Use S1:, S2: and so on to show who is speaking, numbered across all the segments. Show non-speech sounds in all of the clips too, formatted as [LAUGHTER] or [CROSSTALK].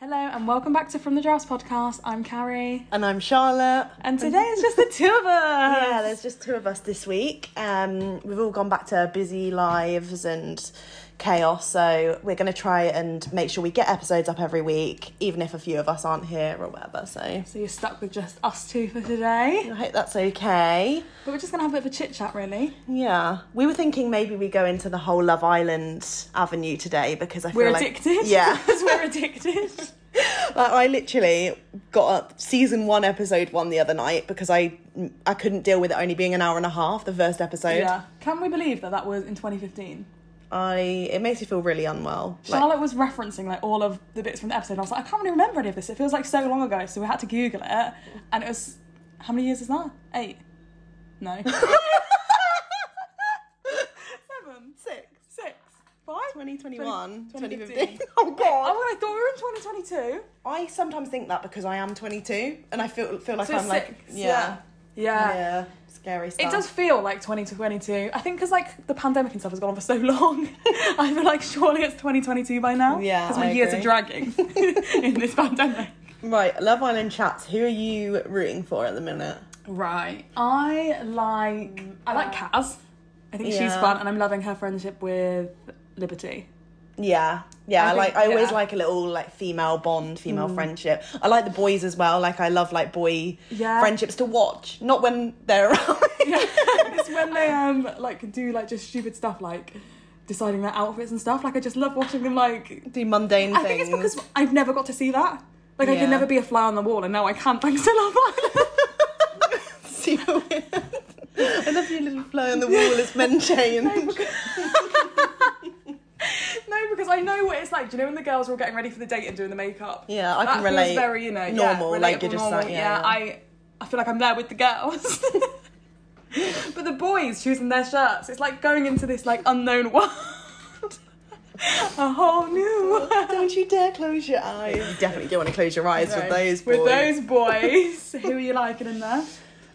S1: Hello and welcome back to From the Drafts podcast. I'm Carrie,
S2: And I'm Charlotte.
S1: and today it's just the two of us.
S2: [LAUGHS] Yeah, there's just two of us this week. Um, we've all gone back to our busy lives and chaos, so we're going to try and make sure we get episodes up every week, even if a few of us aren't here or whatever. So
S1: So you're stuck with just us two for today,
S2: I hope that's okay.
S1: but we're just gonna have a bit of a chit chat, really.
S2: Yeah, we were thinking maybe we go into the whole Love Island avenue today because I feel
S1: We're
S2: like
S1: addicted.
S2: [LAUGHS] Yeah,
S1: because [LAUGHS] we're addicted.
S2: Like, I literally got up season one, episode one the other night because I I couldn't deal with it only being an hour and a half. The first episode.
S1: yeah. Can we believe that that was in 2015?
S2: I it makes me feel really unwell. Like,
S1: Charlotte was referencing like all of the bits from the episode. and I was like, I can't really remember any of this. It feels like so long ago. So we had to Google it, and it was how many years is that? Eight?
S2: [LAUGHS]
S1: No. Seven.
S2: Six.
S1: Six. [LAUGHS] Five.
S2: 2021,
S1: 2015.
S2: 2015. [LAUGHS] Oh
S1: I
S2: god!
S1: would- I thought we were in 2022.
S2: I sometimes think that because I am 22 and I feel feel like
S1: So
S2: I'm
S1: six.
S2: like
S1: yeah.
S2: yeah,
S1: yeah.
S2: scary stuff.
S1: It does feel like 2022. I think because like the pandemic and stuff has gone on for so long. [LAUGHS] I feel like surely it's 2022 by now.
S2: Yeah,
S1: Because my
S2: I
S1: years are
S2: agree. [LAUGHS]
S1: dragging [LAUGHS] in this pandemic.
S2: Right, Love Island chats. Who are you rooting for at the minute?
S1: Right. I like I like Kaz. I think she's
S2: Mm. Yeah.
S1: fun, and I'm loving her friendship with Liberty.
S2: Yeah,
S1: I
S2: yeah. I
S1: think-
S2: like I always
S1: yeah. Mm.
S2: like a little like female bond, female friendship. I like the boys as well. Like I love like boy
S1: Yeah.
S2: [LAUGHS] friendships to watch, not when they're [LAUGHS] around.
S1: Uh, Yeah. it's when they um like do like just stupid stuff like deciding their outfits and stuff. Like I just love watching them like
S2: Do mundane
S1: I
S2: things.
S1: think it's because I've never got to see that. Like I
S2: Yeah.
S1: could never be a fly on the wall, and now I can thanks to Love Island.
S2: super weird. I love your little fly on the wall. It's men [LAUGHS] change.
S1: no, because I know what it's like. Do you know when the girls were getting ready for the date and doing the makeup?
S2: Yeah, I
S1: that
S2: can relate.
S1: Feels very, you know,
S2: normal,
S1: yeah,
S2: like
S1: relatable,
S2: you're just
S1: normal.
S2: like, yeah, yeah.
S1: I, I feel like I'm there with the girls. [LAUGHS] but the boys choosing their shirts, it's like going into this like unknown world, [LAUGHS] a whole new world.
S2: [LAUGHS] Don't you dare close your eyes. You definitely don't want to close your eyes with those boys.
S1: with those boys,
S2: [LAUGHS]
S1: who are you liking in there?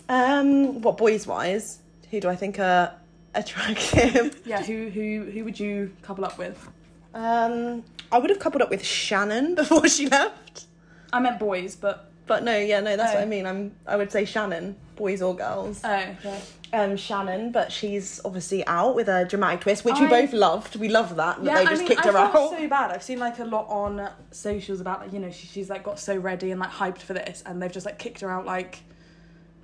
S2: Um, what boys wise? Who do I think are attractive? [LAUGHS]
S1: Yeah, who who who would you couple up with?
S2: um, I would have coupled up with Shannon [LAUGHS] before she left.
S1: I meant boys, but
S2: But no, yeah, no, that's
S1: Oh.
S2: what I mean. I'm, I would say Shannon, boys or girls.
S1: oh, okay.
S2: Um, Shannon, but she's obviously out with a dramatic twist, which we
S1: I-
S2: both loved. We love that. that they just kicked
S1: I
S2: her out.
S1: felt so bad. I've seen like a lot on socials about like you know she, she's like got so ready and like hyped for this, and they've just like kicked her out like.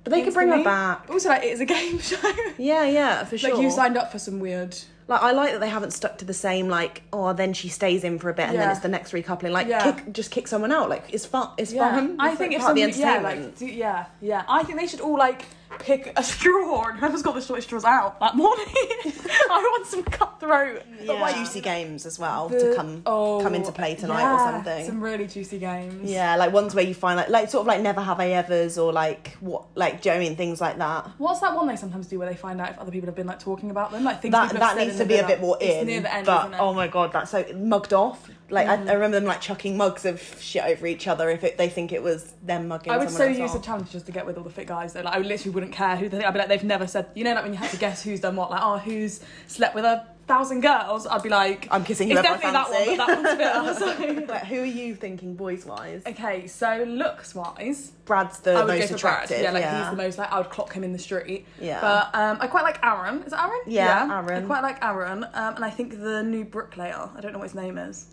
S2: but they could bring her
S1: instantly.
S2: back.
S1: Also, like it is a game [LAUGHS] show.
S2: Yeah, yeah, for sure.
S1: Like you signed up for some weird.
S2: Like I like that they haven't stuck to the same like oh then she stays in for a bit and then
S1: Yeah.
S2: it's the next recoupling like
S1: Yeah.
S2: kick just kick someone out like it's fun it's fun
S1: I
S2: It's,
S1: think
S2: like,
S1: if
S2: part of
S1: somebody, yeah, like do, yeah, yeah, I think they should all like pick a [LAUGHS] straw and whoever's got the shortest straws out that morning. [LAUGHS] I want some cutthroat.
S2: But,
S1: But,
S2: like,
S1: like,
S2: juicy games as well
S1: the-
S2: to come
S1: oh,
S2: come into play tonight or
S1: yeah,
S2: something
S1: Some really juicy games.
S2: yeah like ones where you find like like sort of like never have I ever's or like what like do you know what I mean things like that
S1: What's that one they sometimes do where they find out if other people have been like talking about them? Like things
S2: that
S1: people have
S2: that
S1: said
S2: needs
S1: and then
S2: to be a
S1: they're
S2: bit
S1: like-
S2: more
S1: it's
S2: in
S1: near the end,
S2: but
S1: isn't it? Mm-hmm.
S2: oh my god that's so mugged off like I, I remember them like chucking mugs of shit over each other if it, they think it was them mugging
S1: I would so
S2: someone
S1: use
S2: else
S1: the
S2: off.
S1: challenge just to get with all the fit guys though. Like I literally wouldn't care who they I'd be like, they've never said you know like when you have to guess who's done what, like, oh who's slept with a thousand girls, I'd be like
S2: I'm kissing
S1: It's
S2: whoever I
S1: definitely that one,
S2: fancy.
S1: but that one's
S2: [LAUGHS]
S1: fit.
S2: Like, who are you thinking boys wise
S1: [LAUGHS] Okay, so looks wise,
S2: Brad's [LAUGHS] the
S1: I would
S2: most
S1: go for
S2: attractive.
S1: Brad. Yeah, like he's the most like I would clock him in the street.
S2: Yeah.
S1: But um, I quite like Aaron. Is it Aaron?
S2: Yeah,
S1: I
S2: Aaron.
S1: quite like Aaron. Um, and I think the new bricklayer. I don't know what his name is.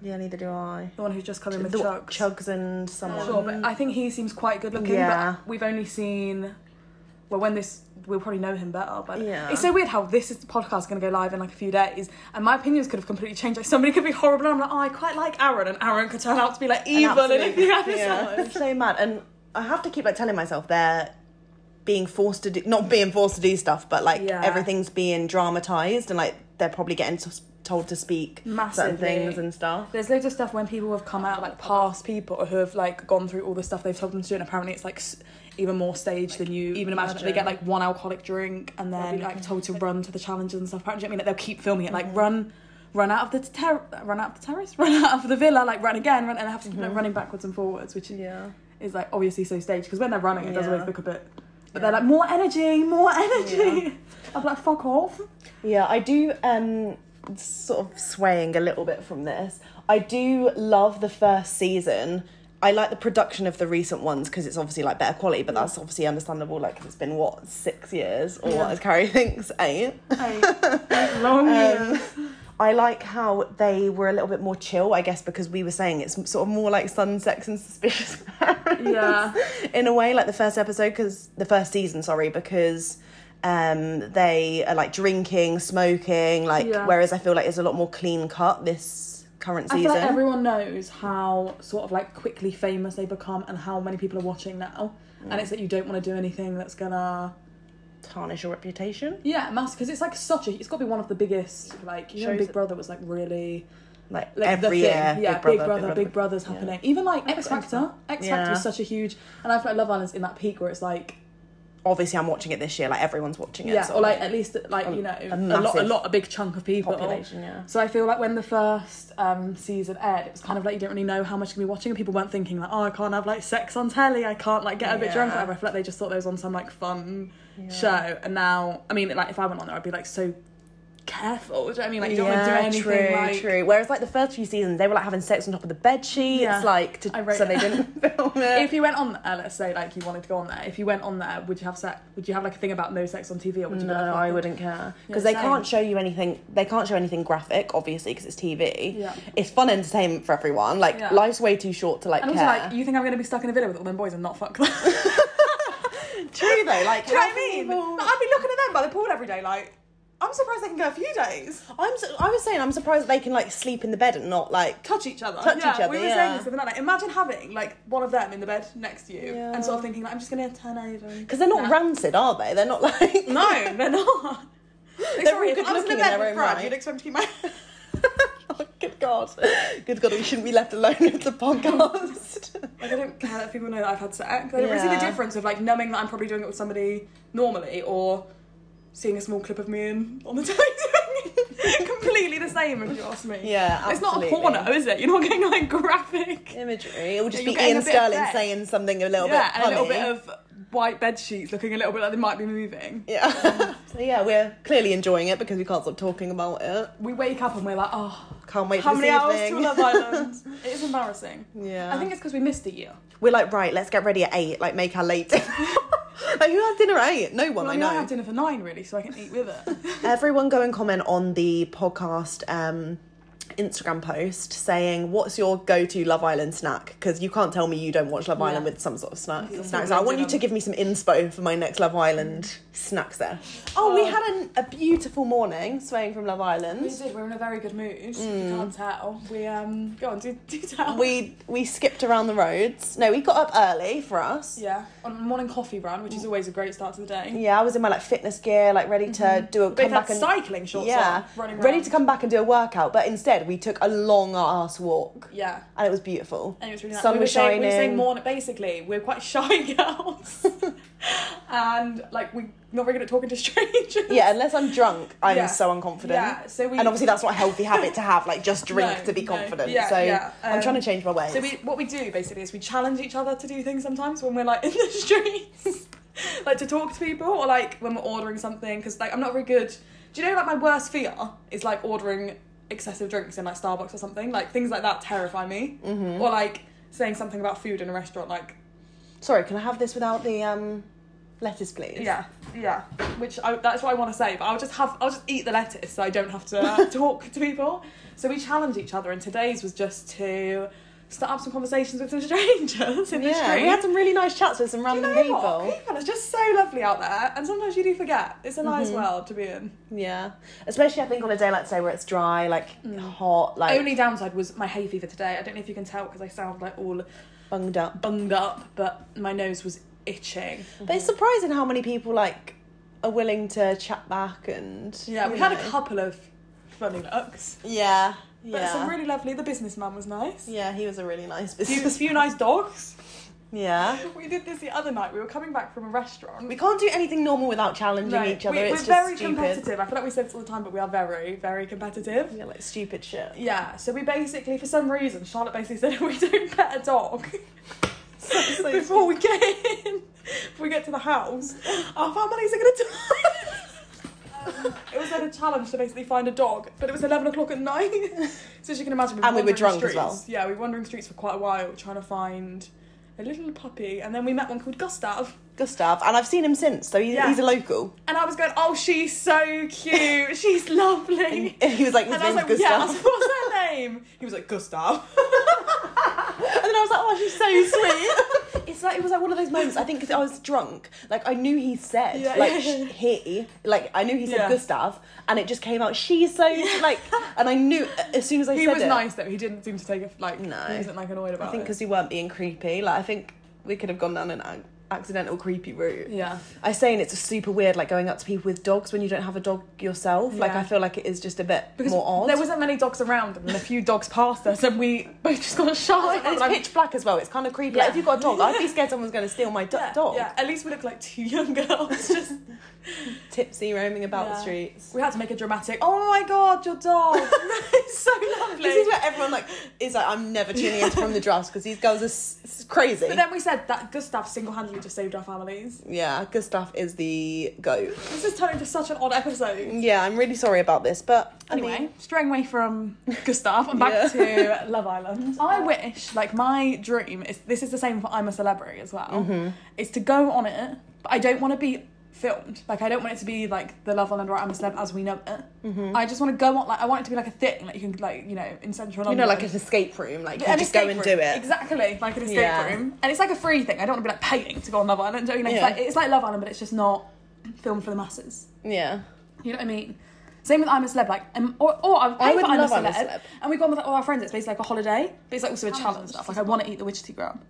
S2: Yeah, neither do I.
S1: The one who's just come in with
S2: The-
S1: chugs.
S2: Chugs and someone.
S1: Sure, but I think he seems quite good looking.
S2: Yeah.
S1: But we've only seen. Well, when this, we'll probably know him better. But
S2: Yeah.
S1: it's so weird how this is, podcast going to go live in like a few days, and my opinions could have completely changed. Like somebody could be horrible, and I'm like, oh, I quite like Aaron, and Aaron could turn out to be like
S2: An
S1: evil in a
S2: absolute-
S1: few episodes.
S2: yeah. I'm so mad, and I have to keep like telling myself they're being forced to do, not being forced to do stuff, but like
S1: Yeah.
S2: everything's being dramatized, and like they're probably getting s told to speak
S1: Massively.
S2: certain things and stuff.
S1: There's loads of stuff when people have come out, like past people who have like gone through all the stuff they've told them to do, and apparently it's like s- even more staged than you even imagine. They
S2: imagine.
S1: get like one alcoholic drink and then like told to run to the challenges and stuff. Apparently, I mean, like, they'll keep filming it, like run, run out of the ter- run out of the terrace, [LAUGHS] run out of the villa, like run again, run and have to keep like, running backwards and forwards, which is,
S2: Mm-hmm. Yeah.
S1: is like obviously so staged because when they're running, it does
S2: Yeah.
S1: always look a bit. But they're like more energy, more energy. [LAUGHS] I'm like
S2: [LAUGHS]
S1: fuck off.
S2: Yeah, I do um sort of swaying a little bit from this. I do love the first season. I like the production of the recent ones because it's obviously like better quality, but that's obviously understandable. Like it it's been what six years or what as Carrie [LAUGHS] thinks eight.
S1: Hey,
S2: Um,
S1: long years.
S2: I like how they were a little bit more chill, I guess, because we were saying it's sort of more like Sun, Sex, and Suspicious [LAUGHS] Parents. [LAUGHS]
S1: Yeah.
S2: In a way, like the first episode, because the first season, sorry, because um they are like drinking, smoking, like
S1: Yeah.
S2: whereas I feel like it's a lot more clean cut this current
S1: I
S2: season.
S1: feel like everyone knows how sort of like quickly famous they become and how many people are watching now. And it's that you don't want to do anything that's gonna
S2: Tarnish your reputation,
S1: yeah, mass because it's like such a it's got to be one of the biggest like you know
S2: Shows
S1: Big
S2: that-
S1: Brother was like really
S2: like,
S1: like the
S2: every
S1: thing.
S2: year.
S1: yeah Big Brother Big, Brother's
S2: yeah.
S1: happening even like X Factor X Factor
S2: Yeah.
S1: was such a huge and I feel like Love Island's in that peak where it's like
S2: Obviously, I'm watching it this year. Like everyone's watching it.
S1: yeah
S2: so
S1: or like at least like you know a, lot a
S2: massive
S1: lot a big chunk of people
S2: population. Yeah.
S1: So I feel like when the first um, season aired, it was kind of like you don't really know how much you can be watching, and people weren't thinking like, oh, I can't have like sex on telly, I can't like get a bit drunk.
S2: Yeah.
S1: or whatever. I feel like they just thought there was on some like fun show, and now I mean, like if I went on there, I'd be like so careful. Do you know what I mean? Like you don't want to do anything.
S2: True,
S1: like,
S2: true. Whereas like the first few seasons, they were like having sex on top of the bed sheets,
S1: Yeah.
S2: like to,
S1: I wrote
S2: so
S1: it.
S2: they didn't [LAUGHS] film it.
S1: If you went on there, let's say like you wanted to go on there, if you went on there, would you have sex? Would you have like a thing about no sex on TV, or would you?
S2: no,
S1: be like,
S2: I
S1: "Oh,
S2: wouldn't care
S1: Yeah,
S2: because they
S1: same.
S2: can't show you anything. They can't show anything graphic, obviously, because it's TV.
S1: Yeah.
S2: It's fun entertainment for everyone. Like
S1: Yeah.
S2: life's way too short to like
S1: And also,
S2: care.
S1: like, you think I'm going to be stuck in a villa with all them boys and not fuck them? [LAUGHS] Do you
S2: true [LAUGHS] though. Like
S1: know
S2: how
S1: what I
S2: can
S1: mean?
S2: people-
S1: Like, I'd be looking at them by the pool every day, like, I'm surprised they can go a few days.
S2: I'm. su- I was saying I'm surprised that they can like sleep in the bed and not like.
S1: touch each other.
S2: Touch
S1: yeah,
S2: each other,
S1: We were
S2: yeah.
S1: saying this the other night. Like, imagine having like one of them in the bed next to you
S2: Yeah.
S1: and sort of thinking, like, I'm just gonna turn over.
S2: Because they're not
S1: No.
S2: rancid, are they? They're not like.
S1: No, they're not. Like,
S2: They're
S1: sorry,
S2: all
S1: if I was in
S2: good-looking
S1: a
S2: in
S1: bed
S2: their
S1: with
S2: own
S1: Brad,
S2: right.
S1: you'd expect to keep my. [LAUGHS]
S2: Oh, [LAUGHS] good God. Good God, we shouldn't be left alone with the podcast.
S1: [LAUGHS] Like, I don't care that people know that I've had sex. I don't really see
S2: Yeah.
S1: the difference of like numbing that I'm probably doing it with somebody normally or seeing a small clip of me in on the [LAUGHS] telly. doing
S2: [LAUGHS]
S1: it. Completely the same, if you ask me.
S2: Yeah,
S1: It's not a
S2: absolutely.
S1: porno, is it? You're not getting like graphic.
S2: Imagery. It will just
S1: You're
S2: be
S1: getting
S2: Ian
S1: a bit
S2: Sterling
S1: of sex.
S2: saying something a little
S1: yeah,
S2: bit
S1: and a
S2: funny.
S1: little bit of white bed sheets looking a little bit like they might be moving.
S2: Yeah. [LAUGHS] so yeah, we're clearly enjoying it because we can't stop talking about it.
S1: we wake up and we're like, oh,
S2: Can't wait
S1: how
S2: for
S1: many
S2: this
S1: hours to
S2: evening.
S1: Love Island? it is embarrassing.
S2: [LAUGHS] yeah.
S1: I think it's because we missed a year.
S2: we're like, right, let's get ready at eight, like make our late dinner. [LAUGHS] like who has dinner at eight? No one,
S1: Well, I
S2: I
S1: mean,
S2: know.
S1: I have dinner for nine, really, so I can eat with
S2: [LAUGHS]
S1: it.
S2: Everyone go and comment on the podcast um Instagram post saying what's your go-to Love Island snack because you can't tell me you don't watch Love
S1: Yeah.
S2: Island with some sort of snack.
S1: It's
S2: Snacks.
S1: all
S2: I want you
S1: random.
S2: to give me some inspo for my next Love Island snack there. Oh, we
S1: Oh.
S2: had an, a beautiful morning swaying from Love
S1: we
S2: Island.
S1: did. We're in a very good mood. If you can't tell, we um go on. Do, do tell.
S2: Mm. We we skipped around the roads. No, we got up early for us.
S1: yeah on a morning coffee run, which is always a great start to the day.
S2: Yeah, I was in my like fitness gear, like ready to do a
S1: They
S2: come
S1: had
S2: back and
S1: cycling shorts
S2: yeah,
S1: on, running
S2: ready
S1: around.
S2: to come back and do a workout. But instead, we took a long ass walk,
S1: Yeah.
S2: and it was beautiful.
S1: And it was really nice.
S2: Sun
S1: we were
S2: was
S1: saying, we were
S2: shining.
S1: saying morning. Basically, we're quite shy [LAUGHS]
S2: [LAUGHS]
S1: girls, and like we're not very good at talking to [LAUGHS] strangers.
S2: Yeah, unless I'm drunk, I'm
S1: Yeah.
S2: so unconfident.
S1: Yeah, so we-
S2: and obviously that's not a healthy habit to have. Like just drink
S1: No,
S2: to be
S1: no,
S2: confident.
S1: yeah,
S2: so
S1: yeah,
S2: I'm
S1: um,
S2: trying to change my ways.
S1: So we, what we do basically is we challenge each other to do things sometimes when we're like [LAUGHS] in the streets, [LAUGHS] like to talk to people or like when we're ordering something because like I'm not very good. Do you know like my worst fear is like ordering excessive drinks in like Starbucks or something. Like things like that terrify me. Mm-hmm. Or like saying something about food in a restaurant. Like
S2: Sorry, can I have this without the um lettuce, please?
S1: yeah, yeah. Which I, that's what I want to say, but I'll just have I'll just eat the lettuce so I don't have
S2: [LAUGHS]
S1: to [LAUGHS] talk to people. So we challenge each other, and today's was just to. Start up some conversations with some [LAUGHS] strangers in the
S2: Yeah,
S1: street.
S2: we had some really nice chats with some
S1: Do you
S2: random
S1: know
S2: people.
S1: What? People are just so lovely out there, and sometimes you do forget. It's a nice world to be in.
S2: Yeah, especially I think on a day like today where it's dry, like hot, like
S1: Mm. Only downside was my hay fever today. I don't know if you can tell because I sound like all
S2: bunged up.
S1: bunged up, but my nose was itching.
S2: But it's surprising how many people like are willing to chat back and
S1: Yeah,
S2: you
S1: we had a
S2: know.
S1: couple of funny looks,
S2: Yeah,
S1: but
S2: yeah,
S1: some really lovely. The businessman was [LAUGHS] nice.
S2: yeah. He was a really nice
S1: Few,
S2: business.
S1: few nice dogs.
S2: [LAUGHS] yeah,
S1: We did this the other night. We were coming back from a restaurant.
S2: we can't do anything normal without challenging
S1: No,
S2: each other.
S1: we,
S2: it's
S1: we're
S2: just
S1: very
S2: stupid.
S1: competitive. I feel like we say this all the time, but we are very, very competitive.
S2: Yeah, like stupid shit.
S1: Yeah, so we basically, for some reason, Charlotte basically said [LAUGHS] if we don't get a dog [LAUGHS]
S2: so
S1: before we get in, before we get to the house, our families are gonna die. [LAUGHS] It was then a challenge to basically find a dog, but it was 11 o'clock at night. [LAUGHS] so as you can imagine,
S2: And we were
S1: wandering
S2: drunk as
S1: streets.
S2: well.
S1: Yeah, we were wandering streets for quite a while trying to find a little puppy, and then we met one called Gustav.
S2: Gustav, and I've seen him since, so he,
S1: Yeah.
S2: he's a local.
S1: And I was going, oh, she's so cute. She's
S2: And
S1: [LAUGHS] lovely.
S2: [LAUGHS] he was like, his
S1: And I was
S2: name's
S1: like,
S2: Gustav.
S1: yeah, I was like, what's her name? He was like, Gustav.
S2: [LAUGHS]
S1: [LAUGHS]
S2: And then I was like, oh, she's so sweet. it's like it was like one of those moments. I think because I was drunk, like I knew he said
S1: Yeah, [LAUGHS]
S2: like
S1: yeah,
S2: sh-
S1: yeah.
S2: he, like I knew he said
S1: Yeah.
S2: Gustav, and it just came out. She's so like, and I knew as soon as I
S1: he
S2: said
S1: was
S2: it,
S1: nice though. He didn't seem to take it like
S2: No.
S1: he wasn't like annoyed about
S2: I think
S1: it.
S2: because we weren't being creepy. Like I think we could have gone down an ac- accidental creepy route.
S1: Yeah.
S2: I was saying it's super weird, like going up to people with dogs when you don't have a dog yourself. Like
S1: Yeah.
S2: I feel like it is just a bit
S1: Because
S2: more odd.
S1: there wasn't many dogs around, and then a few dogs passed us, and we
S2: [LAUGHS]
S1: both just got shy.
S2: and it's
S1: Like,
S2: "Oh, pitch black as well. It's kind of creepy. Like
S1: Yeah.
S2: if you've got a dog, I'd be scared someone's going to steal my do-
S1: yeah,
S2: dog.
S1: Yeah, at least we looked like two young
S2: [LAUGHS]
S1: girls. Just
S2: Tipsy roaming about the
S1: Yeah.
S2: streets.
S1: we had to make a dramatic. Oh my god, your [LAUGHS] dog! it's so lovely.
S2: This is where everyone like is like, I'm never tuning in from the drafts because these girls are s- s- crazy.
S1: but then we said that Gustav single-handedly just saved our families.
S2: yeah, Gustav is the goat.
S1: This is turning into such an odd episode.
S2: Yeah, I'm really sorry about this, but I
S1: Anyway,
S2: mean,
S1: straying away from
S2: [LAUGHS]
S1: Gustav and back to Love Island. I wish, like, my dream is this is the same for I'm a Celebrity as well,
S2: Mm-hmm.
S1: is to go on it, but I don't want to be filmed. Like, I don't want it to be like the Love Island or I'm a Celeb as we know it.
S2: Mm-hmm.
S1: I just want to go on, like, I want it to be like a thing that you can, like, you know, in central
S2: you
S1: London.
S2: know, like an escape room, like you
S1: An
S2: just go
S1: escape
S2: and
S1: room.
S2: do it.
S1: Exactly, like an escape
S2: Yeah.
S1: room. And it's like a free thing. I don't want to be like paying to go on Love Island. Don't you know?
S2: Yeah.
S1: It's, like, it's like Love Island, but it's just not filmed for the masses.
S2: Yeah.
S1: You know what I mean? Same with I'm a celeb, like, um, or, or I would pay
S2: I would
S1: for I'm a,
S2: love
S1: celeb,
S2: I'm a Celeb.
S1: and we go on with all our friends. It's basically like a holiday, but it's like also a challenge stuff. Like I want to eat the witchetty grub.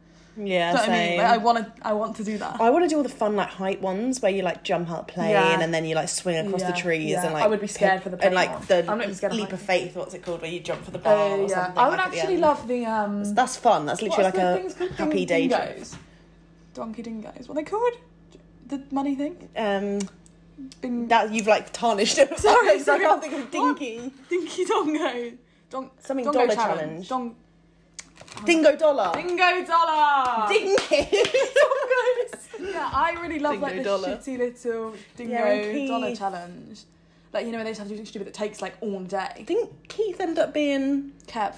S1: Do
S2: Yeah,
S1: you know what I mean? Like, I want to, I want to do that.
S2: I want to do all the fun like height ones where you like jump out of plane
S1: Yeah.
S2: and then you like swing across
S1: Yeah,
S2: the trees
S1: yeah.
S2: and like
S1: I would be scared for the plane
S2: and like
S1: one.
S2: the
S1: I'm not even scared of
S2: leap
S1: height.
S2: of faith. What's it called? Where you jump for the bar?
S1: Oh
S2: or
S1: yeah,
S2: something,
S1: I would
S2: like, at the
S1: actually
S2: end.
S1: love the um.
S2: That's fun. That's literally
S1: what's
S2: like
S1: the
S2: a
S1: things called?
S2: happy
S1: Ding-
S2: day trip.
S1: dingoes. Donkey dingoes. What are they called? The money thing.
S2: Um,
S1: Bing.
S2: that you've like tarnished [LAUGHS] it.
S1: Sorry,
S2: so I
S1: sorry.
S2: can't think of
S1: What?
S2: dinky.
S1: [LAUGHS] Dinky dongo. Don-
S2: Something
S1: dongo
S2: dollar challenge.
S1: Dong-
S2: Dingo dollar. Ah.
S1: dingo dollar. [LAUGHS]
S2: [LAUGHS] Dinky.
S1: yeah, I really love
S2: Dingo
S1: like this
S2: dollar.
S1: shitty little dingo
S2: Yeah, and Keith.
S1: dollar challenge. Like you know, where they just have to do something stupid that takes like all day.
S2: I think Keith ended up being
S1: Kev,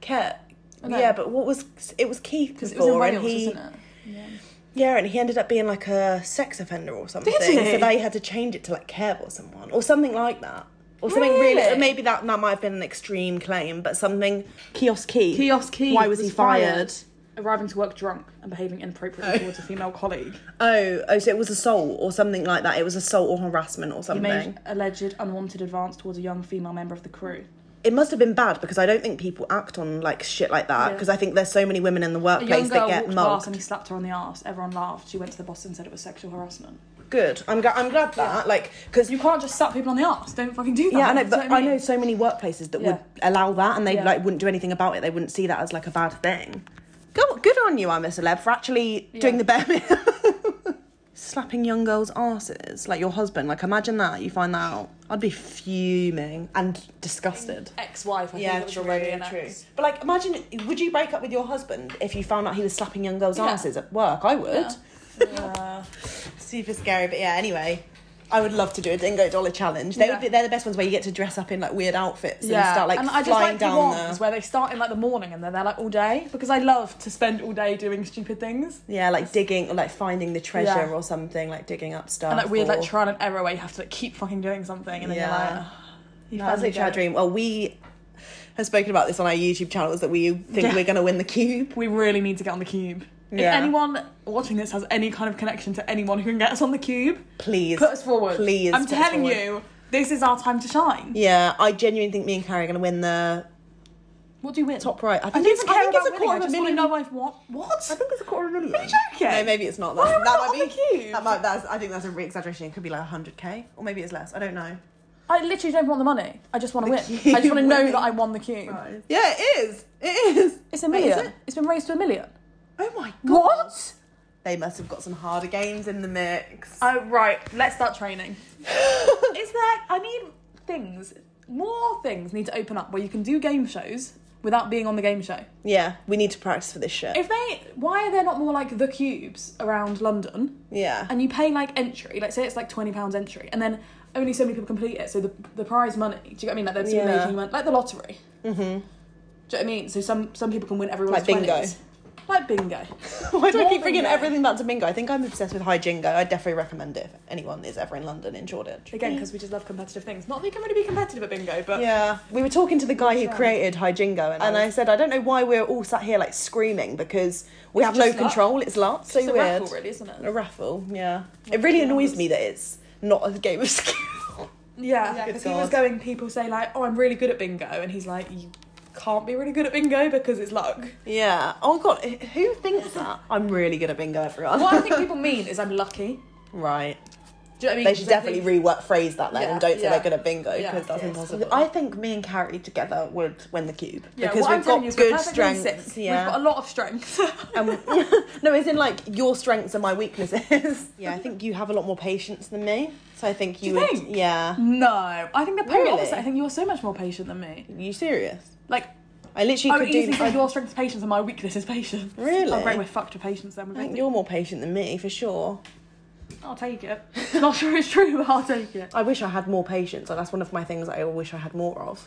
S2: Ket.
S1: I know.
S2: Yeah, but what was it was Keith
S1: because it was in
S2: before,
S1: Wales,
S2: and he
S1: wasn't it? Yeah.
S2: Yeah, and he ended up being like a sex offender or something.
S1: he?
S2: So they had to change it to like Kev or someone or something like that. Or something
S1: Really?
S2: really, maybe that, that might have been an extreme claim, but something kiosk key.
S1: Kiosk Keith
S2: Why was, he
S1: was
S2: fired?
S1: Arriving to work drunk and behaving inappropriately towards a female colleague.
S2: [LAUGHS] Oh, oh, so it was assault or something like that. It was assault or harassment or
S1: He
S2: something.
S1: made alleged unwanted advance towards a young female member of the crew.
S2: It must have been bad because I don't think people act on like shit like that
S1: Yeah.
S2: because I think there's so many women in the
S1: A
S2: workplace
S1: young girl
S2: that get
S1: walked past and
S2: mugged.
S1: he slapped her on the arse. Everyone laughed. She went to the boss and said it was sexual harassment.
S2: Good. I'm, gl- I'm glad that like because
S1: You can't just slap people on the arse. Don't fucking do that.
S2: Yeah, I know,
S1: Do you
S2: but
S1: what
S2: I
S1: mean?
S2: know so many workplaces that would
S1: Yeah.
S2: allow that, and they
S1: Yeah.
S2: like wouldn't do anything about it. They wouldn't see that as like a bad thing. Go, good on you, I'm a celeb for actually doing
S1: Yeah.
S2: the bare minimum. [LAUGHS] Slapping young girls' asses, like your husband. Like imagine that you find that out. I'd be fuming and disgusted.
S1: Ex-wife. I think it was already an ex.
S2: But like, imagine would you break up with your husband if you found out he was slapping young girls'
S1: Yeah.
S2: asses at work? I would.
S1: Yeah. Yeah.
S2: Super scary, but yeah. Anyway, I would love to do a dingo dollar challenge. They
S1: Yeah.
S2: would be, they're the best ones where you get to dress up in like weird outfits and start like
S1: and I
S2: flying
S1: just like the
S2: down
S1: ones
S2: the
S1: where they start in like the morning and then they're like all day because I love to spend all day doing stupid things
S2: yeah, like digging or like finding the treasure
S1: Yeah.
S2: or something, like digging up stuff.
S1: and like weird like
S2: or-
S1: trial and error where you have to like keep fucking doing something and then
S2: Yeah.
S1: you're like. "Ugh, You
S2: No, that's
S1: finally
S2: literally our
S1: get it."
S2: dream. Well, we have spoken about this on our YouTube channel is that we think
S1: Yeah.
S2: we're going to win the cube.
S1: We really need to get on the cube.
S2: Yeah.
S1: If anyone watching this has any kind of connection to anyone who can get us on the cube,
S2: Please
S1: put us forward.
S2: Please,
S1: I'm
S2: put us
S1: telling
S2: forward.
S1: you, this is our time to shine.
S2: Yeah, I genuinely think me and Carrie are going to win the
S1: What do you win?
S2: top right. I
S1: I
S2: think
S1: don't
S2: it's,
S1: even
S2: I
S1: care
S2: think
S1: about
S2: it's a
S1: winning. I
S2: quarter of a
S1: just want to
S2: million.
S1: know I've won. What?
S2: I think it's a quarter of a million.
S1: joking?
S2: No, maybe it's not.
S1: Why
S2: That,
S1: are we
S2: that
S1: not
S2: might be.
S1: on the cube?
S2: That might. That's. I think that's a re-exaggeration. It could be like hundred k, or maybe it's less. I don't know.
S1: I literally don't want the money. I just want
S2: [LAUGHS]
S1: to win.
S2: cube
S1: I just want to know
S2: winning.
S1: that I won the cube.
S2: Yeah, it is. It is.
S1: It's a
S2: Wait,
S1: million.
S2: is it?
S1: It's been raised to a million.
S2: Oh my god.
S1: What?
S2: They must have got some harder games in the [LAUGHS] mix.
S1: Oh right, let's start training. Is there? I need things. More things need to open up where you can do game shows without being on the game show.
S2: yeah, we need to practice for this shit.
S1: If they, why are there not more like the cubes around London?
S2: yeah. [LAUGHS]
S1: And you pay like entry, like say it's like twenty pounds entry, and then only so many people complete it. So the the prize money, do you get what I mean? Like they're
S2: Yeah.
S1: making money, like the lottery.
S2: Mm-hmm.
S1: Do you know what I mean? So some some people can win everyone's
S2: Like bingo.
S1: 20s. Like bingo.
S2: [LAUGHS] Why do I
S1: More
S2: keep bringing
S1: bingo.
S2: everything back to bingo? I think I'm obsessed with high jingo. I definitely recommend it if anyone is ever in London in Shoreditch.
S1: Again, because we just love competitive things. Not that you can really be competitive at bingo, but
S2: Yeah, we were talking to the guy who
S1: Sure.
S2: created High Jingo, and, and
S1: Oh.
S2: I said, I don't know why we're all sat here like screaming because we have no
S1: just luck.
S2: control. It's luck.
S1: it's
S2: So
S1: just a
S2: weird.
S1: raffle, really, isn't
S2: A
S1: it?
S2: raffle, yeah. It really
S1: Yeah.
S2: annoys me that it's not a game of skill. [LAUGHS]
S1: Yeah,
S2: Good
S1: because he was
S2: God.
S1: going, people say, like, oh, I'm really good at bingo. And he's like, you can't be really good at bingo because it's luck.
S2: [LAUGHS] yeah. Oh god, who thinks that? I'm really good at bingo, everyone.
S1: what I think people mean is I'm lucky.
S2: [LAUGHS] Right.
S1: Do you know what I mean?
S2: They should
S1: 'Cause I
S2: definitely
S1: think-
S2: rework phrase that then,
S1: Yeah,
S2: and don't say
S1: yeah.
S2: they're good at bingo because
S1: Yeah,
S2: that's
S1: yeah.
S2: impossible. I think me and Carrie together would win the cube
S1: Yeah,
S2: because
S1: what I'm
S2: we've
S1: telling
S2: got
S1: you is we're
S2: good
S1: perfectly in sync.
S2: strengths.
S1: We've
S2: Yeah.
S1: got a lot of strengths. [LAUGHS]
S2: Um, no, it's in like your strengths and my weaknesses. [LAUGHS] Yeah, I think you have a lot more patience than me. So I think you,
S1: Do you
S2: would.
S1: think?
S2: Yeah.
S1: no, I think the polar
S2: Really?
S1: opposite. I think you're so much more patient than me.
S2: Are you serious?
S1: Like,
S2: I literally
S1: I would
S2: could do.
S1: easily say
S2: I-
S1: your strength is patience and my weakness is patience.
S2: Really?
S1: Oh, great, we're fucked with patience then. We're
S2: I think
S1: both-
S2: you're more patient than me for sure.
S1: I'll take
S2: [LAUGHS]
S1: it. Not sure it's true, but I'll take it.
S2: I wish I had more patience, and that's one of my things I wish I had more of.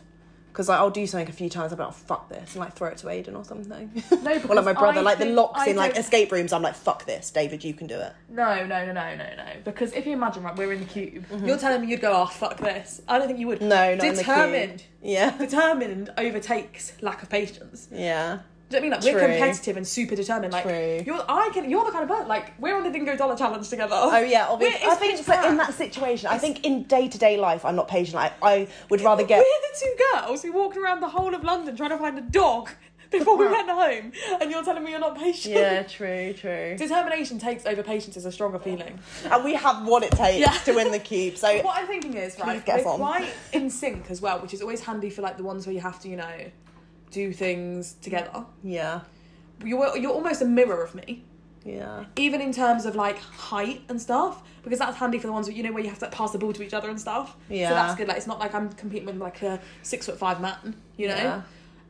S2: Because like, I'll do something a few times, I'll be like, oh, fuck this, and like throw it to Aiden or something.
S1: No,
S2: [LAUGHS] or like my
S1: because
S2: brother,
S1: I
S2: like the
S1: think-
S2: locks
S1: I
S2: in like
S1: don't-
S2: escape rooms, I'm like, fuck this, David, you can do it.
S1: No, no, no, no, no, no. Because if you imagine, right, we're in the cube. You're telling me you'd go, oh, fuck this. I don't think you would.
S2: No, not in the queue.
S1: Determined.
S2: Yeah. [LAUGHS]
S1: Determined overtakes lack of patience.
S2: Yeah.
S1: Do you know what I mean? Like,
S2: True.
S1: we're competitive and super determined. Like,
S2: True.
S1: you're, I can, you're the kind of person, like, we're on the Dingo Dollar Challenge together.
S2: Oh yeah, obviously.
S1: We're-
S2: I
S1: it's
S2: think
S1: pitch
S2: but in
S1: black.
S2: that situation, I think in day to day life, I'm not patient. I, I would rather get.
S1: We're the two girls who walked around the whole of London trying to find a dog before we went home, and you're telling me you're not
S2: [LAUGHS]
S1: patient.
S2: true, true.
S1: Determination takes over patience is a stronger feeling.
S2: And we have what it takes
S1: Yeah.
S2: to win the cube. So
S1: What I'm thinking is, right,
S2: get
S1: we're
S2: on.
S1: quite in sync as well, which is always handy for like the ones where you have to, you know, do things together.
S2: yeah,
S1: You're you're almost a mirror of me,
S2: yeah,
S1: even in terms of like height and stuff, because that's handy for the ones where you know where you have to like, pass the ball to each other and stuff.
S2: Yeah.
S1: So that's good. Like it's not like I'm competing with like a six foot five man, you know.
S2: Yeah.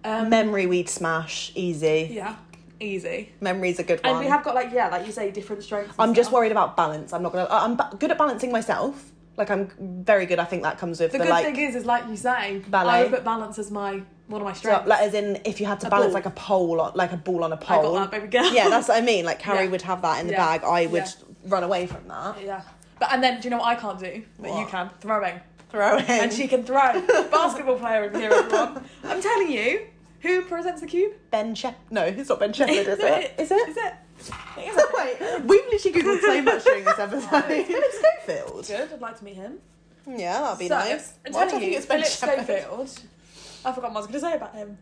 S1: Um,
S2: Memory we'd smash easy.
S1: yeah. Easy.
S2: Memory's a good
S1: And
S2: one.
S1: we have got like yeah, like you say, different strengths. and
S2: I'm just
S1: stuff.
S2: worried about balance. I'm not gonna. I- I'm ba- good at balancing myself. Like I'm very good. I think that comes with
S1: The
S2: the,
S1: good
S2: like.
S1: thing is, is like you say,
S2: Ballet.
S1: I put balance as my one of my
S2: so,
S1: strengths.
S2: like as in, if you had to
S1: A
S2: balance
S1: ball.
S2: like a pole, on, like a ball on a
S1: I
S2: pole.
S1: got that baby girl.
S2: yeah, that's what I mean. Like Carrie
S1: Yeah.
S2: would have that in the
S1: Yeah.
S2: bag. I would
S1: Yeah.
S2: run away from that.
S1: Yeah. But and then do you know what I can't do? But you
S2: What?
S1: can throwing,
S2: Throw it.
S1: and she can
S2: [LAUGHS]
S1: throw. Basketball player in here, everyone. I'm telling you, who presents the cube?
S2: Ben Shep. No, it's not Ben Shepherd, is it? Is
S1: [LAUGHS]
S2: it?
S1: Is it? I think it's
S2: Wait, we've literally googled so much during this episode. [LAUGHS] Philip Schofield.
S1: good. I'd like to meet him.
S2: Yeah, that'd be
S1: So,
S2: nice.
S1: I'm
S2: Why do I
S1: telling
S2: think
S1: you,
S2: it's Ben
S1: Philip
S2: Shepherd?
S1: Schofield. I forgot what I was going to say about him.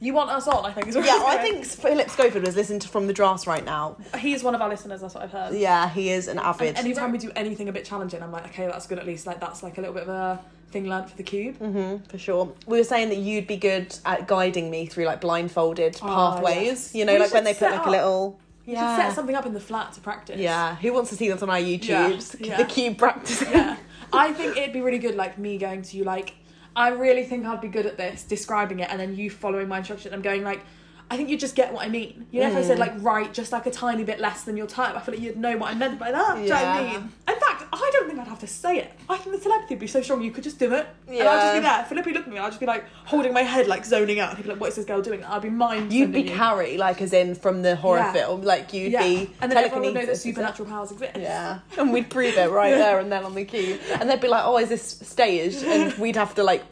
S1: You want us on? I think is where
S2: [LAUGHS] Yeah,
S1: it's
S2: I
S1: going.
S2: think Philip Schofield was listening to from the drafts right now.
S1: he's one of our listeners. That's what I've heard.
S2: Yeah, he is an avid.
S1: Anytime we do anything a bit challenging, I'm like, okay, that's good. At least like that's like a little bit of a thing learnt for the cube.
S2: Mhm, for sure. We were saying that you'd be good at guiding me through like blindfolded
S1: Oh,
S2: pathways.
S1: yes.
S2: You know,
S1: We
S2: like when
S1: should
S2: they put
S1: set
S2: like
S1: up-
S2: a little.
S1: We should set something up in the flat to practice.
S2: Yeah. Who wants to see this on our YouTubes?
S1: Yeah,
S2: [LAUGHS] The
S1: yeah.
S2: cube practice.
S1: yeah. I think it'd be really good, like me going to you, like, I really think I'd be good at this, describing it, and then you following my instruction. I'm going, like, I think you just get what I mean. You know, if I
S2: Mm.
S1: said, like, write just like a tiny bit less than your type, I feel like you'd know what I meant by that. Do you know what I
S2: Yeah.
S1: mean? In fact, I don't think I'd have to say it. I think the telepathy would be so strong, you could just do it. And I'd just
S2: Yeah.
S1: be there. Philippi looked at me, I'd just be like holding my head, like zoning out. He'd be like, what is this girl doing? I'd be mind
S2: You'd be
S1: sending you.
S2: Carrie, like as in from the horror
S1: Yeah.
S2: film. Like you'd
S1: yeah.
S2: be
S1: And then everyone would know that
S2: telekinesis, is it?
S1: supernatural powers exist.
S2: Yeah, [LAUGHS] and we'd prove it right there and then on the queue, and they'd be like, "Oh, is this staged?"
S1: [LAUGHS]
S2: And we'd have to like,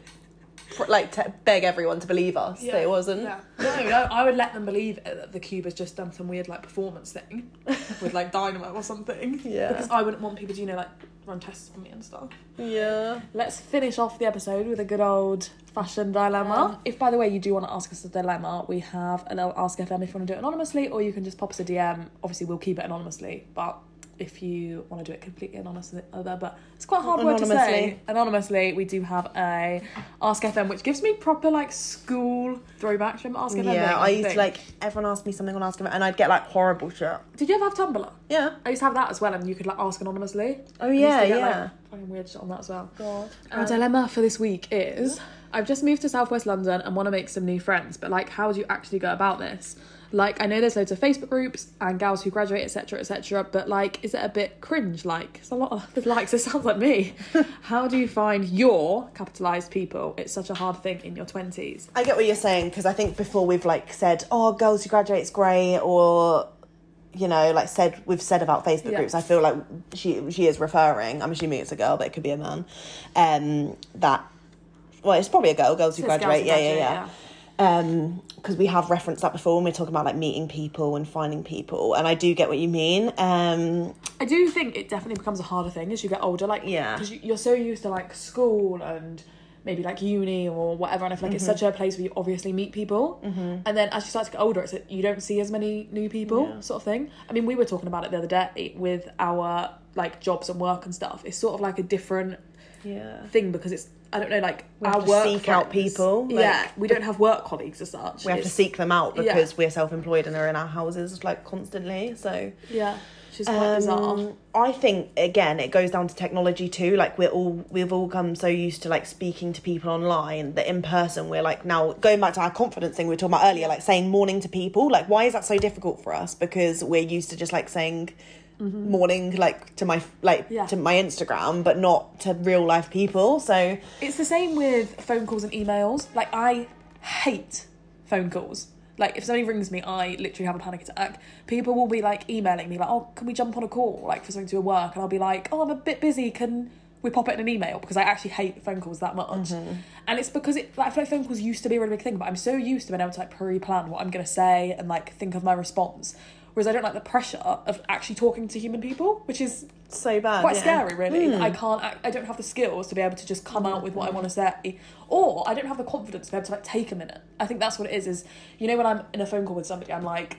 S2: pr- like te- beg everyone to believe us that it wasn't.
S1: Yeah. No, no, I would let them believe it, that the cube has just done some weird like performance thing
S2: [LAUGHS]
S1: with like dynamite or something.
S2: Yeah.
S1: Because I wouldn't want people to, you know, like run tests on me and stuff.
S2: Yeah.
S1: Let's finish off the episode with a good old fashion
S2: Um,
S1: dilemma. if by the way you do want to ask us a dilemma, we have a little ask FM if you want to do it anonymously, or you can just pop us a DM. Obviously we'll keep it anonymously, but if you want to do it completely anonymously, uh, but it's quite a hard word to say.
S2: Anonymously.
S1: Anonymously, we do have a Ask FM, which gives me proper like school throwbacks from Ask FM.
S2: Yeah, I used to
S1: think.
S2: like everyone asked me something on Ask Him, and I'd get like horrible shit.
S1: Did you ever have Tumblr?
S2: Yeah.
S1: I used to have that as well, and you could like ask anonymously.
S2: Oh
S1: I used to
S2: yeah,
S1: get,
S2: yeah.
S1: Like, fucking weird shit on that as well.
S2: God.
S1: Our dilemma for this week is I've just moved to Southwest London and want to make some new friends, but like, how do you actually go about this? Like I know there's loads of Facebook groups and gals who graduate, etc., etc. But like, is it a bit cringe? Like, it's a lot of [LAUGHS] likes. It sounds like me. How do you find your capitalized people? It's such a hard thing in your twenties.
S2: I get what you're saying because I think before we've like said, oh, girls who graduate's great, or you know, like said we've said about Facebook
S1: Yeah.
S2: groups. I feel like she she is referring. I'm assuming it's a girl, but it could be a man. Um, that well, it's probably a girl. Girls who
S1: It's girls who
S2: graduate, yeah, yeah,
S1: graduate,
S2: yeah. Um, because we have referenced that before when we're talking about like meeting people and finding people, and I do get what you mean. Um,
S1: I do think it definitely becomes a harder thing as you get older, like
S2: Yeah.
S1: because you're so used to like school and maybe like uni or whatever, and I feel like it's
S2: Mm-hmm.
S1: such a place where you obviously meet people, and then as you start to get older, it's like you don't see as many new people,
S2: Yeah.
S1: sort of thing. I mean, we were talking about it the other day with our like jobs and work and stuff. It's sort of like a different
S2: yeah,
S1: thing because it's I don't know like
S2: We have
S1: our
S2: to
S1: work
S2: seek out
S1: friends-
S2: people, like-
S1: yeah, we don't have work colleagues as such.
S2: we have to
S1: It's-
S2: seek them out
S1: Yeah.
S2: because we're self-employed and are in our houses like constantly. So
S1: Yeah, she's quite bizarre.
S2: Um, I think again, it goes down to technology too. Like we're all we've all come so used to like speaking to people online that in person we're like now going back to our confidence thing we were talking about earlier, like saying morning to people. Like why is that so difficult for us? Because we're used to just like saying morning like to my like
S1: Yeah.
S2: to my Instagram, but not to real life people. So
S1: It's the same with phone calls and emails. Like I hate phone calls. Like if somebody rings me, I literally have a panic attack. People will be like emailing me like, "Oh, can we jump on a call like for something to work?" And I'll be like, "Oh, I'm a bit busy. Can we pop it in an email?" Because I actually hate phone calls that much. And it's because it like I feel like phone calls used to be a really big thing, but I'm so used to being able to like pre-plan what I'm gonna say and like think of my response. Whereas I don't like the pressure of actually talking to human people, which is
S2: so bad.
S1: quite
S2: yeah.
S1: scary really i can't I, I don't have the skills to be able to just come out with what i want to say or i don't have the confidence to be able to like take a minute i think that's what it is is you know when i'm in a phone call with somebody i'm like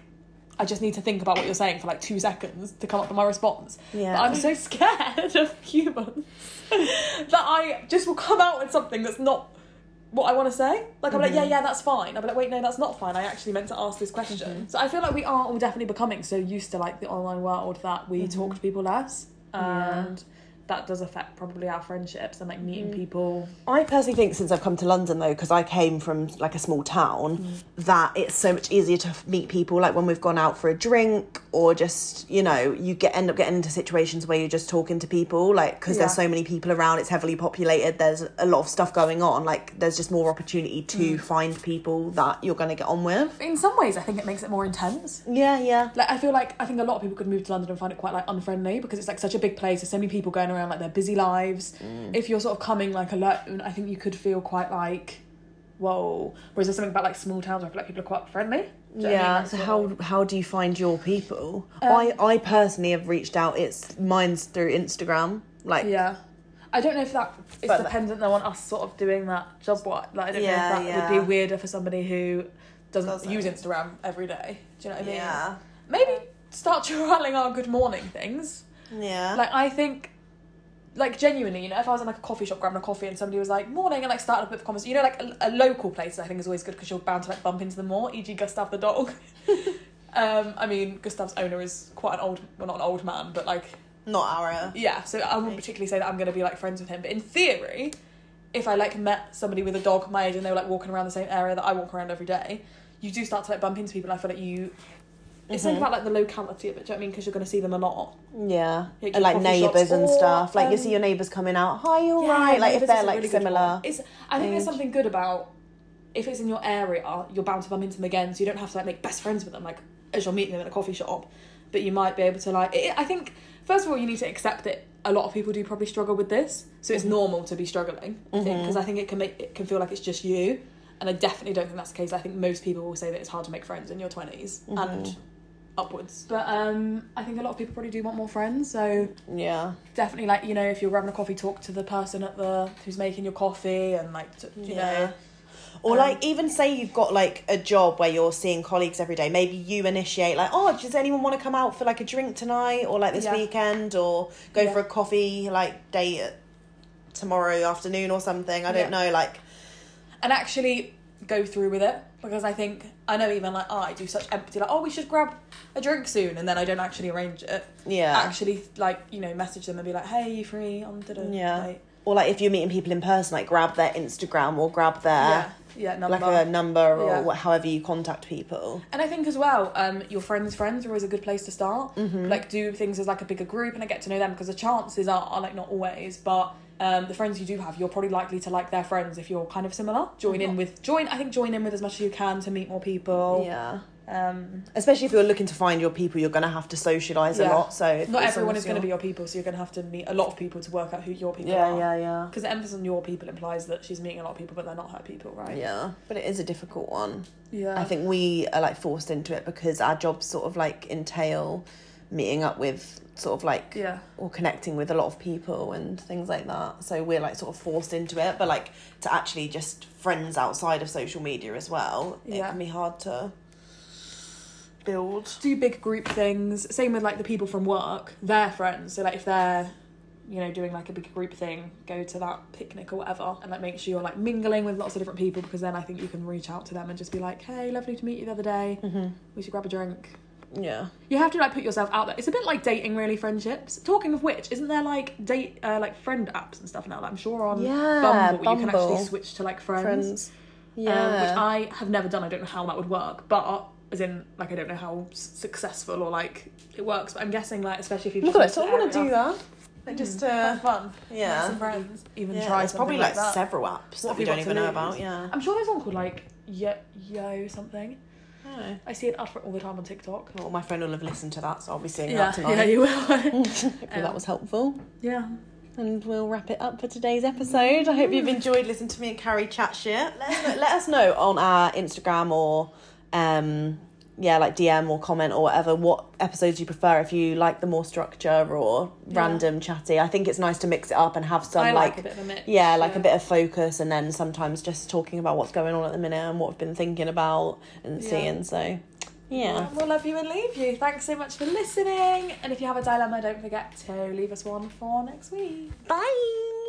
S1: i just need to think about what you're saying for like two seconds to come up with my response
S2: Yeah.
S1: but i'm so scared [LAUGHS] of humans that i just will come out with something that's not what I want to say. Like, I'm like, yeah, yeah, that's fine. I'm like, wait, no, that's not fine. I actually meant to ask this question. So I feel like we are all definitely becoming so used to like the online world that we talk to people less,
S2: Yeah.
S1: and that does affect probably our friendships and like meeting people.
S2: I personally think since I've come to London though, because I came from like a small town, that it's so much easier to f- meet people. Like when we've gone out for a drink, or just you know, you get end up getting into situations where you're just talking to people, like because there's
S1: Yeah.
S2: so many people around, it's heavily populated. There's a lot of stuff going on. Like there's just more opportunity to find people that you're going to get on with.
S1: In some ways, I think it makes it more intense.
S2: Yeah, yeah.
S1: Like, I feel like I think a lot of people could move to London and find it quite like unfriendly because it's like such a big place. There's so many people going around like their busy lives. If you're sort of coming like alone, I think you could feel quite like. Whoa! Whereas there's something about like small towns where I feel like people are quite friendly. Do you know what I mean?
S2: yeah
S1: Like,
S2: so
S1: sort of-
S2: how how do you find your people i i personally have reached out it's mine's through instagram like
S1: Yeah. I don't know if that is
S2: But-
S1: dependent though on us sort of doing that job work. Like I don't
S2: Yeah,
S1: know if that would
S2: yeah.
S1: be weirder for somebody who doesn't,
S2: Doesn't.
S1: use Instagram every day. Do you know what I mean?
S2: yeah
S1: Maybe start [LAUGHS] trialing our good morning things.
S2: yeah
S1: Like I think like genuinely, you know, if I was in like a coffee shop grabbing a coffee and somebody was like morning and like started a bit of conversation, you know, like a, a local place I think is always good because you're bound to like bump into them more. E.g. Gustav the dog. um, I mean, Gustav's owner is quite an old, well not an old man, but like
S2: not our
S1: yeah, so I wouldn't particularly say that I'm going to be like friends with him, but in theory, if I like met somebody with a dog my age and they were like walking around the same area that I walk around every day, you do start to like bump into people. And I feel like you, it's something
S2: Mhm.
S1: about like the locality of it. Do you know what I mean? Because you're going to see them a lot.
S2: yeah
S1: Yeah,
S2: and like
S1: coffee
S2: neighbors
S1: shops
S2: and stuff
S1: or,
S2: like you
S1: um,
S2: see your neighbors coming out hi you all
S1: Yeah,
S2: right? like
S1: neighbours
S2: if
S1: is a
S2: they're like
S1: really good
S2: similar
S1: one. It's I think there's
S2: age.
S1: something good about if it's in your area, you're bound to bump into them again, so you don't have to like make best friends with them like as you're meeting them in a coffee shop, but you might be able to like. It, I think first of all you need to accept that a lot of people do probably struggle with this, so
S2: Mm-hmm.
S1: it's normal to be struggling because I think it can make it can feel like it's just you. And I definitely don't think that's the case. I think most people will say that it's hard to make friends in your 20s
S2: Mm-hmm.
S1: and upwards. But um, I think a lot of people probably do want more friends. So
S2: yeah
S1: definitely like you know if you're grabbing a coffee talk to the person at the who's making your coffee and like t- you
S2: Yeah.
S1: know
S2: or
S1: Um,
S2: like even say you've got like a job where you're seeing colleagues every day maybe you initiate like oh does anyone want to come out for like a drink tonight or like this
S1: Yeah.
S2: weekend or go
S1: Yeah.
S2: for a coffee like date at- tomorrow afternoon or something i don't
S1: Yeah.
S2: know like
S1: and actually go through with it because I think I know even like oh, I do such empty like oh we should grab a drink soon and then I don't actually arrange it
S2: yeah
S1: actually like you know message them and be like hey you free on da
S2: Yeah. or like if you're meeting people in person like grab their instagram or grab their
S1: Yeah. Yeah, number.
S2: Uh, like a number or
S1: Yeah.
S2: what, however you contact people.
S1: And I think as well, um, your friends' friends are always a good place to start.
S2: Mm-hmm.
S1: Like do things as like a bigger group, and I get to know them because the chances are, are like not always, but um, the friends you do have, you're probably likely to like their friends if you're kind of similar. Join
S2: Mm-hmm.
S1: in with join. I think join in with as much as you can to meet more people.
S2: Yeah.
S1: Um,
S2: Especially if you're looking to find your people, you're going to have to socialise a
S1: Yeah.
S2: lot. So if
S1: not
S2: it's
S1: everyone
S2: on
S1: is going to
S2: your-
S1: be your people, so you're going to have to meet a lot of people to work out who your people
S2: Yeah,
S1: are.
S2: yeah, yeah.
S1: Because the emphasis on your people implies that she's meeting a lot of people, but they're not her people, right?
S2: Yeah, but it is a difficult one.
S1: Yeah.
S2: I think we are like forced into it because our jobs sort of like entail meeting up with sort of like
S1: Yeah.
S2: or connecting with a lot of people and things like that. So we're like sort of forced into it, but like to actually just friends outside of social media as well, it
S1: Yeah.
S2: can be hard to build.
S1: do big group things. Same with like the people from work, their friends. So like if they're, you know, doing like a big group thing, go to that picnic or whatever, and like make sure you're like mingling with lots of different people because then I think you can reach out to them and just be like, hey, lovely to meet you the other day. We should grab a drink.
S2: Yeah.
S1: You have to like put yourself out there. It's a bit like dating, really. Friendships. Talking of which, isn't there like date, uh, like friend apps and stuff now? Like, I'm sure on
S2: Yeah,
S1: Bumble, you can
S2: Bumble.
S1: actually switch to like
S2: Friends.
S1: um,
S2: Yeah.
S1: which I have never done. I don't know how that would work, but as in, like, I don't know how s- successful or like it works. But I'm guessing, like, especially if you.
S2: Oh my god, I sort of want to do that. Like just uh, to
S1: Have fun,
S2: yeah. E-,
S1: Make some friends, even
S2: yeah,
S1: try.
S2: there's probably
S1: something
S2: like,
S1: that.
S2: several
S1: What
S2: apps that we
S1: have you
S2: don't
S1: got to
S2: even know
S1: lose?
S2: about. Yeah.
S1: I'm sure there's one called like Yo Yo something.
S2: Oh.
S1: I see an ad for it all the time on TikTok.
S2: Well, oh, my friend will have listened to that, so I'll be seeing
S1: Yeah,
S2: that [LAUGHS]
S1: yeah,
S2: tonight.
S1: you will. [LAUGHS]
S2: Hopefully that was helpful.
S1: yeah.
S2: And we'll wrap it up for today's episode. I hope you've enjoyed listening to me and Carrie chat shit. [LAUGHS] Let us know, Hmm. let us know on our Instagram or, um, yeah, like DM or comment or whatever what episodes you prefer. If you like the more structure or random chatty, I think it's nice to mix it up and have some
S1: I
S2: like,
S1: like, a bit of a mix.
S2: yeah, like a bit of focus, and then sometimes just talking about what's going on at the minute and what I've been thinking about and
S1: Yeah.
S2: seeing. So, yeah.
S1: We'll love you and leave you. Thanks so much for listening. And if you have a dilemma, don't forget to leave us one for next week.
S2: Bye.